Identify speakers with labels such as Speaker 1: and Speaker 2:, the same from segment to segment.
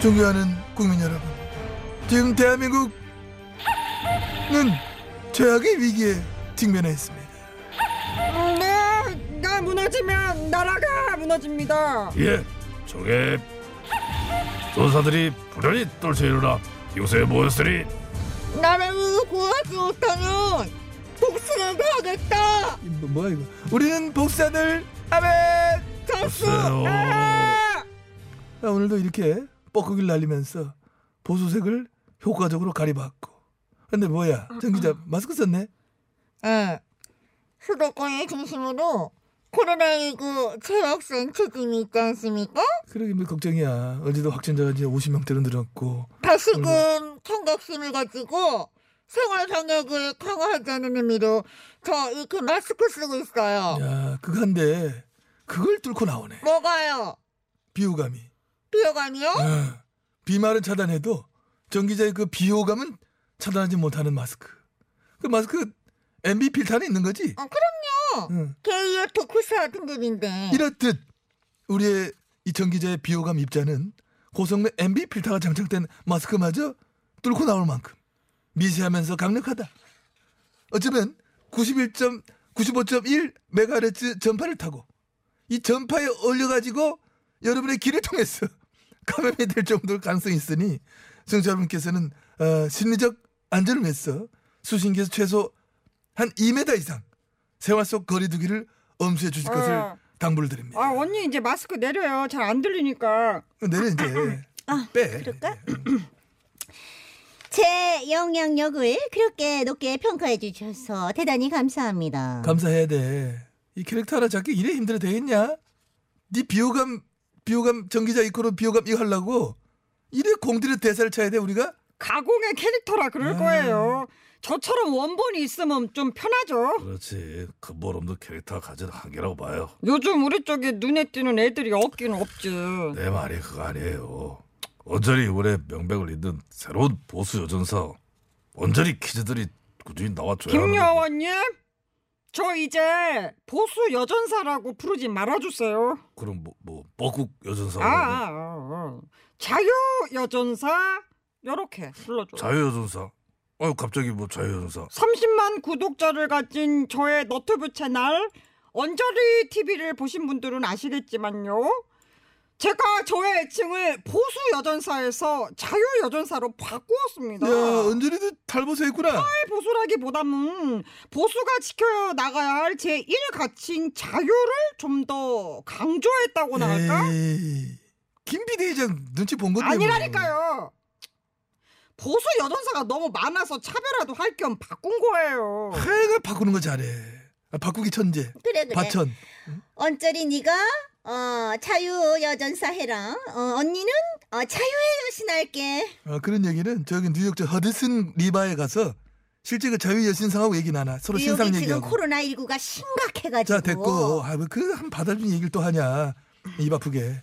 Speaker 1: 존경하는 국민 여러분, 지금 대한민국은 최악의 위기에 직면해 있습니다.
Speaker 2: 네, 내가 무너지면 나라가 무너집니다.
Speaker 3: 예, 저게 조사들이 불현이 떨쳐 일어나 요새 모였으니
Speaker 2: 나라를 구하지 못하면 복수를 하겠다.
Speaker 1: 이 뭐, 뭐야 이거? 우리는 복사들 아멘.
Speaker 2: 가수.
Speaker 3: 글쎄요.
Speaker 2: 아!
Speaker 1: 자, 오늘도 이렇게 뻐꾸기를 날리면서 보수색을 효과적으로 가리봤고. 근데 뭐야, 정 기자 마스크 썼네?
Speaker 2: 예. 수도권을 중심으로 코로나19 재확산 책임이 있지 않습니까?
Speaker 1: 그러게 뭐 걱정이야. 어제도 확진자가 이제 50명대로 늘었고. 음.
Speaker 2: 다시금 청각심을 가지고 생활 방역을 강화하자는 의미로 저 이렇게 마스크 쓰고 있어요.
Speaker 1: 야, 그건데 그걸 뚫고 나오네.
Speaker 2: 뭐가요?
Speaker 1: 비호감이.
Speaker 2: 비호감이요?
Speaker 4: 어?
Speaker 1: 아, 비말은 차단해도 정 기자의 그 비호감은 차단하지 못하는 마스크. 그 마스크 MB 필터는 있는 거지?
Speaker 2: 어, 그럼요.
Speaker 1: 응.
Speaker 2: 게이어 토크사 등급인데.
Speaker 1: 이렇듯 우리의 이정 기자의 비호감 입자는 고성능 MB 필터가 장착된 마스크마저 뚫고 나올 만큼 미세하면서 강력하다. 어쩌면 91점 95.1 메가헤르츠 전파를 타고 이 전파에 올려가지고 여러분의 귀를 통해서 감염이 될 정도일 가능성이 있으니 청취자 여러분께서는 어, 심리적 안전을 위해서 수신기에서 최소 한 2m 이상 생활 속 거리두기를 엄수해 주실 것을
Speaker 5: 아.
Speaker 1: 당부를 드립니다.
Speaker 5: 아 언니 이제 마스크 내려요. 잘 안 들리니까.
Speaker 1: 내려 이제 빼.
Speaker 4: 아,
Speaker 1: 예.
Speaker 4: 그럴까? 제 영향력을 그렇게 높게 평가해 주셔서 대단히 감사합니다.
Speaker 1: 감사해야 돼. 이 캐릭터 하나 잡기 이래 힘들어 되겠냐? 네 비호감 비호감 전기자 이코로 비호감 이거 하려고 이래 공들여 대사를 쳐야 돼 우리가?
Speaker 5: 가공의 캐릭터라
Speaker 3: 음.
Speaker 5: 그럴 거예요. 저처럼 원본이 있으면 좀 편하죠.
Speaker 3: 그렇지 근본 없는 캐릭터 가진 한계라고 봐요.
Speaker 5: 요즘 우리 쪽에 눈에 띄는 애들이 없긴 없지.
Speaker 1: 네,
Speaker 3: 내 말이 그거 아니에요. 언저리 이번에 명백을 잇는 새로운 보수 여전사 언저리 퀴즈들이 꾸준히 나와줘야 하는 거.
Speaker 5: 김여원님, 저 이제 보수 여전사라고 부르지 말아주세요.
Speaker 3: 그럼 뭐, 뭐 뻐국 여전사
Speaker 5: 아,
Speaker 1: 네.
Speaker 5: 아, 아, 아. 자유 여전사 요렇게 불러줘.
Speaker 3: 자유 여전사 아유 갑자기 뭐 자유 여전사
Speaker 5: 30만 구독자를 가진 저의 너튜브 채널 언저리 TV를 보신 분들은 아시겠지만요. 제가 저의 애칭을 보수 여전사에서 자유 여전사로 바꾸었습니다.
Speaker 1: 야 은준이도 탈보수했구나.
Speaker 5: 보수라기보다는 보수가 지켜 나가야 할 제1 가치인 자유를 좀 더
Speaker 4: 뭐
Speaker 5: 강조했다고나 할까?
Speaker 1: 네. 에이, 김비대회장 눈치 본 건데. 뭐.
Speaker 5: 아니라니까요. 보수 여전사가 너무 많아서 차별화도 할 겸 바꾼 거예요.
Speaker 1: 하여간 바꾸는 거 잘해. 아, 바꾸기 천재.
Speaker 4: 그래 그래.
Speaker 1: 바천.
Speaker 4: 언저리 네가 어, 자유 여전사 해라. 어, 언니는 어, 자유의 여신 할게.
Speaker 1: 아, 그런 얘기는 저기 뉴욕 저 허드슨 리바에 가서 실제 그 자유 여신상하고 얘기 나나 서로
Speaker 4: 뉴욕이
Speaker 1: 신상
Speaker 4: 지금
Speaker 1: 얘기하고.
Speaker 4: 코로나 19가 심각해가지고.
Speaker 1: 자 됐고 아그한 받아준 얘기를 또 하냐 입 아프게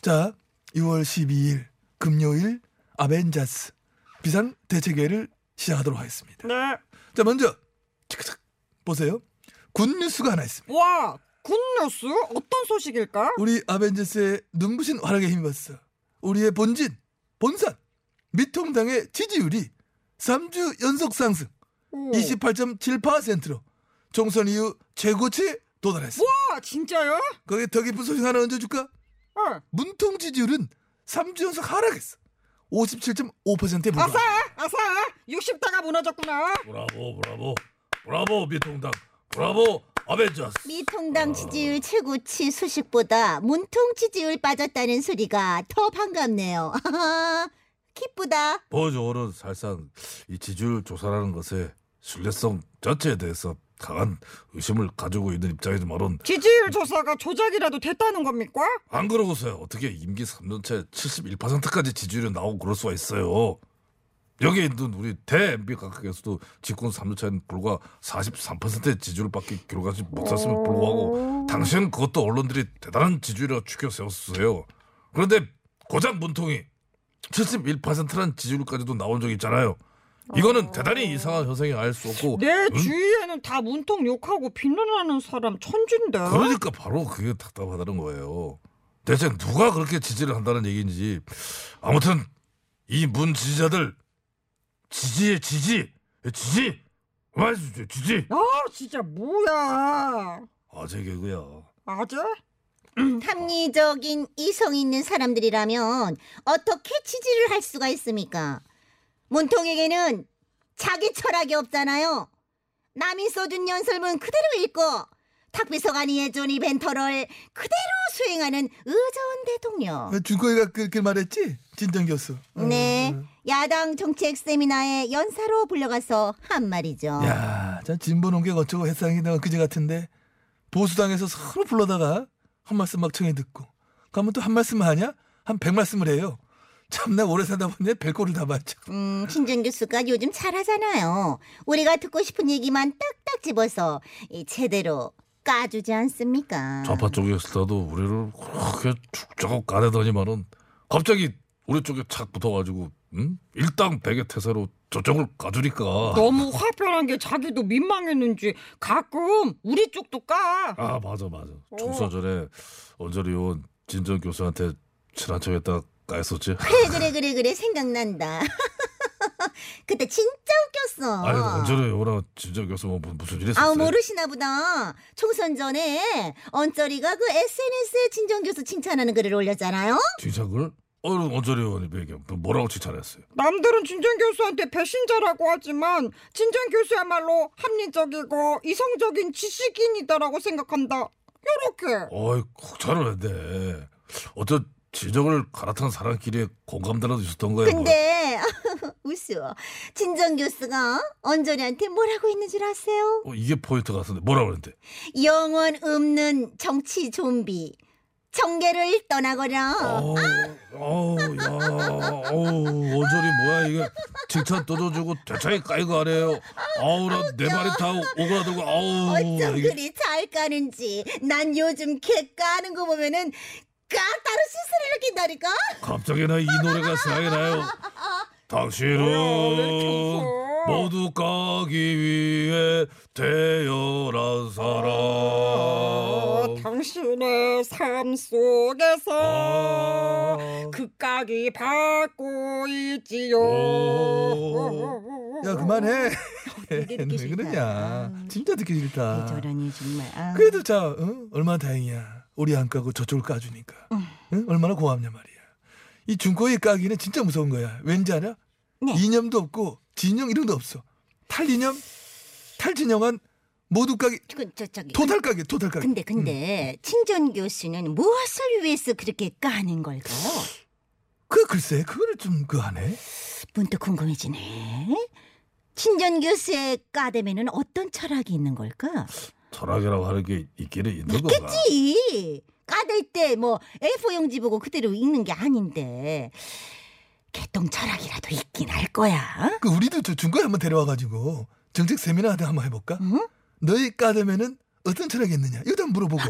Speaker 1: 자 6월 12일 금요일 아벤자스 비상 대책회를 시작하도록 하겠습니다
Speaker 5: 네.
Speaker 1: 자 먼저 착착 보세요 군 뉴스가 하나 있습니다
Speaker 5: 와, 굿뉴스 어떤 소식일까?
Speaker 1: 우리 아벤자스의 눈부신 활약에 힘입었어 우리의 본진 본산 미통당의 지지율이 3주 연속 상승 28.7%로 총선 이후 최고치에 도달했어
Speaker 5: 와, 아, 진짜요?
Speaker 1: 거기에 더 깊은 소식 하나 얹어줄까?
Speaker 5: 어.
Speaker 1: 문통 지지율은 3주 연속 하락했어. 57.5%에 불과.
Speaker 5: 아싸, 아싸, 60대가 무너졌구나.
Speaker 3: 브라보 브라보 브라보 미통당 브라보 아벤져스
Speaker 4: 미통당 지지율 최고치 수식보다 문통 지지율 빠졌다는 소리가 더 반갑네요. 기쁘다.
Speaker 3: 보조는 사실상 이 지지율 조사라는 것의 신뢰성 전체에 대해서
Speaker 1: 강한 의심을 가지고 있는 입장이지만은
Speaker 5: 지지율 조사가 조작이라도 됐다는 겁니까?
Speaker 1: 안 그러고서야 어떻게 임기 3년째 71%까지 지지율이 나오고 그럴 수가 있어요. 여기 있는 우리 대 MB 각각에서도 집권 3년차에는 불과 43%의 지지율밖에 기록하지 못했음을 불구하고 당시에는 그것도 언론들이 대단한 지지율이라 추켜 세웠어요. 그런데 고작 문통이 71%라는 지지율까지도 나온 적이 있잖아요. 이거는 대단히 이상한 현상이 알 수 없고
Speaker 5: 내
Speaker 1: 음,
Speaker 5: 주위에는 다 문통 욕하고 비난하는 사람 천진데.
Speaker 1: 그러니까 바로 그게 답답하다는 거예요. 대체 누가 그렇게 지지를 한다는 얘기인지. 아무튼 이 문 지지자들 지지의 지지 지지 말해주세요 지지.
Speaker 5: 야 아, 진짜 뭐야?
Speaker 1: 아재 개그야.
Speaker 5: 아재?
Speaker 4: 합리적인 이성 있는 사람들이라면 어떻게 지지를 할 수가 있습니까? 문통에게는 자기 철학이 없잖아요. 남이 써준 연설문 그대로 읽고 탁비서관이 해준 이벤터를 그대로 수행하는 의전 대통령.
Speaker 6: 준거이가 그렇게 말했지? 진정 교수. 어,
Speaker 4: 네,
Speaker 6: 어.
Speaker 4: 야당 정책 세미나에 연사로 불려가서 한 말이죠.
Speaker 6: 야, 참 진보 농객 어쩌고 해상이다가 그제 같은데 보수당에서 서로 불러다가 한 말씀 막 청해 듣고 가면 또 한 말씀 하냐? 한 백 말씀을 해요. 참나 오래 사다 보니 별꼴을 다 봤죠.
Speaker 4: 음, 신준 교수가 요즘 잘하잖아요. 우리가 듣고 싶은 얘기만 딱딱 집어서 이 제대로 까주지 않습니까?
Speaker 1: 음. 좌파 쪽에 있을 때도 우리를 그렇게 죽자고 까대더니만은 갑자기 우리 쪽에 착 붙어가지고 음? 일당 백의 태세로 저쪽을 까주니까.
Speaker 5: 너무 화편한 게 자기도 민망했는지 가끔 우리 쪽도 까.
Speaker 1: 아 맞아 맞아 총선 전에 언저리 의원 진정 교수한테 친한 척했다 까였었지
Speaker 4: 그래 그래 그래 그래 생각난다. 그때 진짜 웃겼어.
Speaker 1: 아니 언저리 의원하고 진정 교수 뭐 무- 무슨 일
Speaker 4: 아우
Speaker 1: 했었어요?
Speaker 4: 모르시나 보다. 총선 전에 언저리가 그 SNS에 진정 교수 칭찬하는 글을 올렸잖아요.
Speaker 1: 칭찬을? 어 언저리 의원이 얘기 뭐라고 칭찬했어요?
Speaker 5: 남들은 진정 교수한테 배신자라고 하지만 진정 교수야말로 합리적이고 이성적인 지식인이다라고 생각한다. 요렇게.
Speaker 1: 어이 걱정을 했네 어쩌 진정을 갈아탄 사람끼리 공감대라도 있었던 거예요 뭐.
Speaker 4: 근데 웃어. 진정 교수가 언저리한테 뭐라고 했는 줄 아세요?
Speaker 1: 어, 이게 포인트 같은데 뭐라고 그랬는데
Speaker 4: 영원 없는 정치 좀비. 정계를 떠나거라.
Speaker 1: 어우 어우 야 어우 언저리 뭐야 이게 칭찬 떠져주고 대차게 까이고 하네요 아우 나 내 말이 다 오그라들고 아우
Speaker 4: 어쩜
Speaker 1: 이게
Speaker 4: 그리 잘 까는지. 난 요즘 개 까는 거 보면은 까 따로 시스를 느낀다니까.
Speaker 1: 갑자기 나 이 노래가 생각이 나요.
Speaker 5: 뭐야, 왜 이렇게
Speaker 1: 당신은
Speaker 5: 웃어?
Speaker 1: 모두 까기 위해 태어난
Speaker 5: 어,
Speaker 4: 아,
Speaker 1: 사람.
Speaker 5: 당신의 삶 속에서
Speaker 1: 아,
Speaker 5: 극각이 받고 있지요.
Speaker 1: 오.
Speaker 6: 야 그만해.
Speaker 4: 어, 되게 듣기
Speaker 6: 왜
Speaker 4: 싫다.
Speaker 6: 그러냐? 진짜 듣기 싫다.
Speaker 4: 저러니 정말. 아.
Speaker 6: 그래도 자, 응? 얼마나 다행이야. 우리 안 까고 저쪽을 까주니까. 응? 얼마나 고맙냐 말이야. 이 중고의 까기는 진짜 무서운 거야. 왠지 알아?
Speaker 4: 네.
Speaker 6: 이념도 없고 진영 이런 도 없어. 탈이념, 탈진영한 모두 까기,
Speaker 4: 그, 저, 저기.
Speaker 6: 토탈 까기, 토탈 까기.
Speaker 4: 근데
Speaker 1: 음.
Speaker 4: 근데 친전 교수는 무엇을 위해서 그렇게 까는 걸까요?
Speaker 6: 그 글쎄, 그거를 좀 그하네.
Speaker 4: 문득 궁금해지네. 친전 교수의 까대면은 어떤 철학이 있는 걸까?
Speaker 1: 철학이라고 하는 게 있기는 있는 거가
Speaker 4: 있지. 까댈 때 뭐 A4 용지 보고 그대로 읽는 게 아닌데 개똥 철학이라도 있긴 할 거야.
Speaker 6: 그 우리도 저 중고에 한번 데려와가지고 정책 세미나 하다 한번 해볼까?
Speaker 4: 응?
Speaker 6: 너희 까대면은 어떤 철학이 있느냐? 이것도 한번 물어보고.
Speaker 4: 아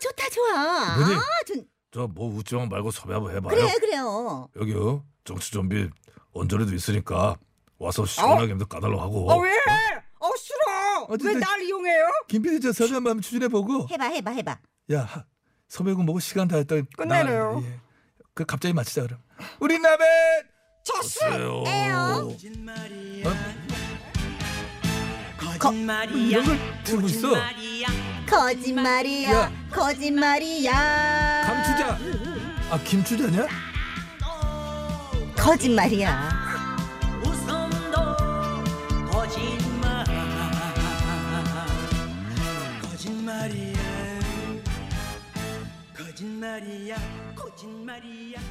Speaker 4: 좋다 좋아.
Speaker 1: 누님.
Speaker 4: 아, 전-
Speaker 1: 저뭐 웃지만 말고 섭외 한번 해봐요.
Speaker 4: 그래 그래요.
Speaker 6: 어?
Speaker 1: 여기요 정치 좀비 언저리도 있으니까 와서 시원하게 좀 까달라고 하고.
Speaker 5: 어, 왜? 어, 싫어.
Speaker 6: 어쨌든-
Speaker 5: 왜 날 이용해요?
Speaker 6: 김PD 저 서류 한번 추진해보고.
Speaker 4: 해봐 해봐 해봐.
Speaker 6: 야, 하- 섭외고 뭐고 시간 다 했다.
Speaker 5: 끝내래요.
Speaker 6: 나가는데, 예. 그 갑자기 마치자 그럼. 우리 나베
Speaker 5: 저스.
Speaker 1: 에요.
Speaker 6: 어? 음, 이런 걸 들고 있어.
Speaker 4: 거짓말이야
Speaker 6: 야.
Speaker 4: 거짓말이야.
Speaker 6: 감추자. 아 김추자냐?
Speaker 4: 거짓말이야.
Speaker 7: 거짓말이야 거짓말이야 거짓말이야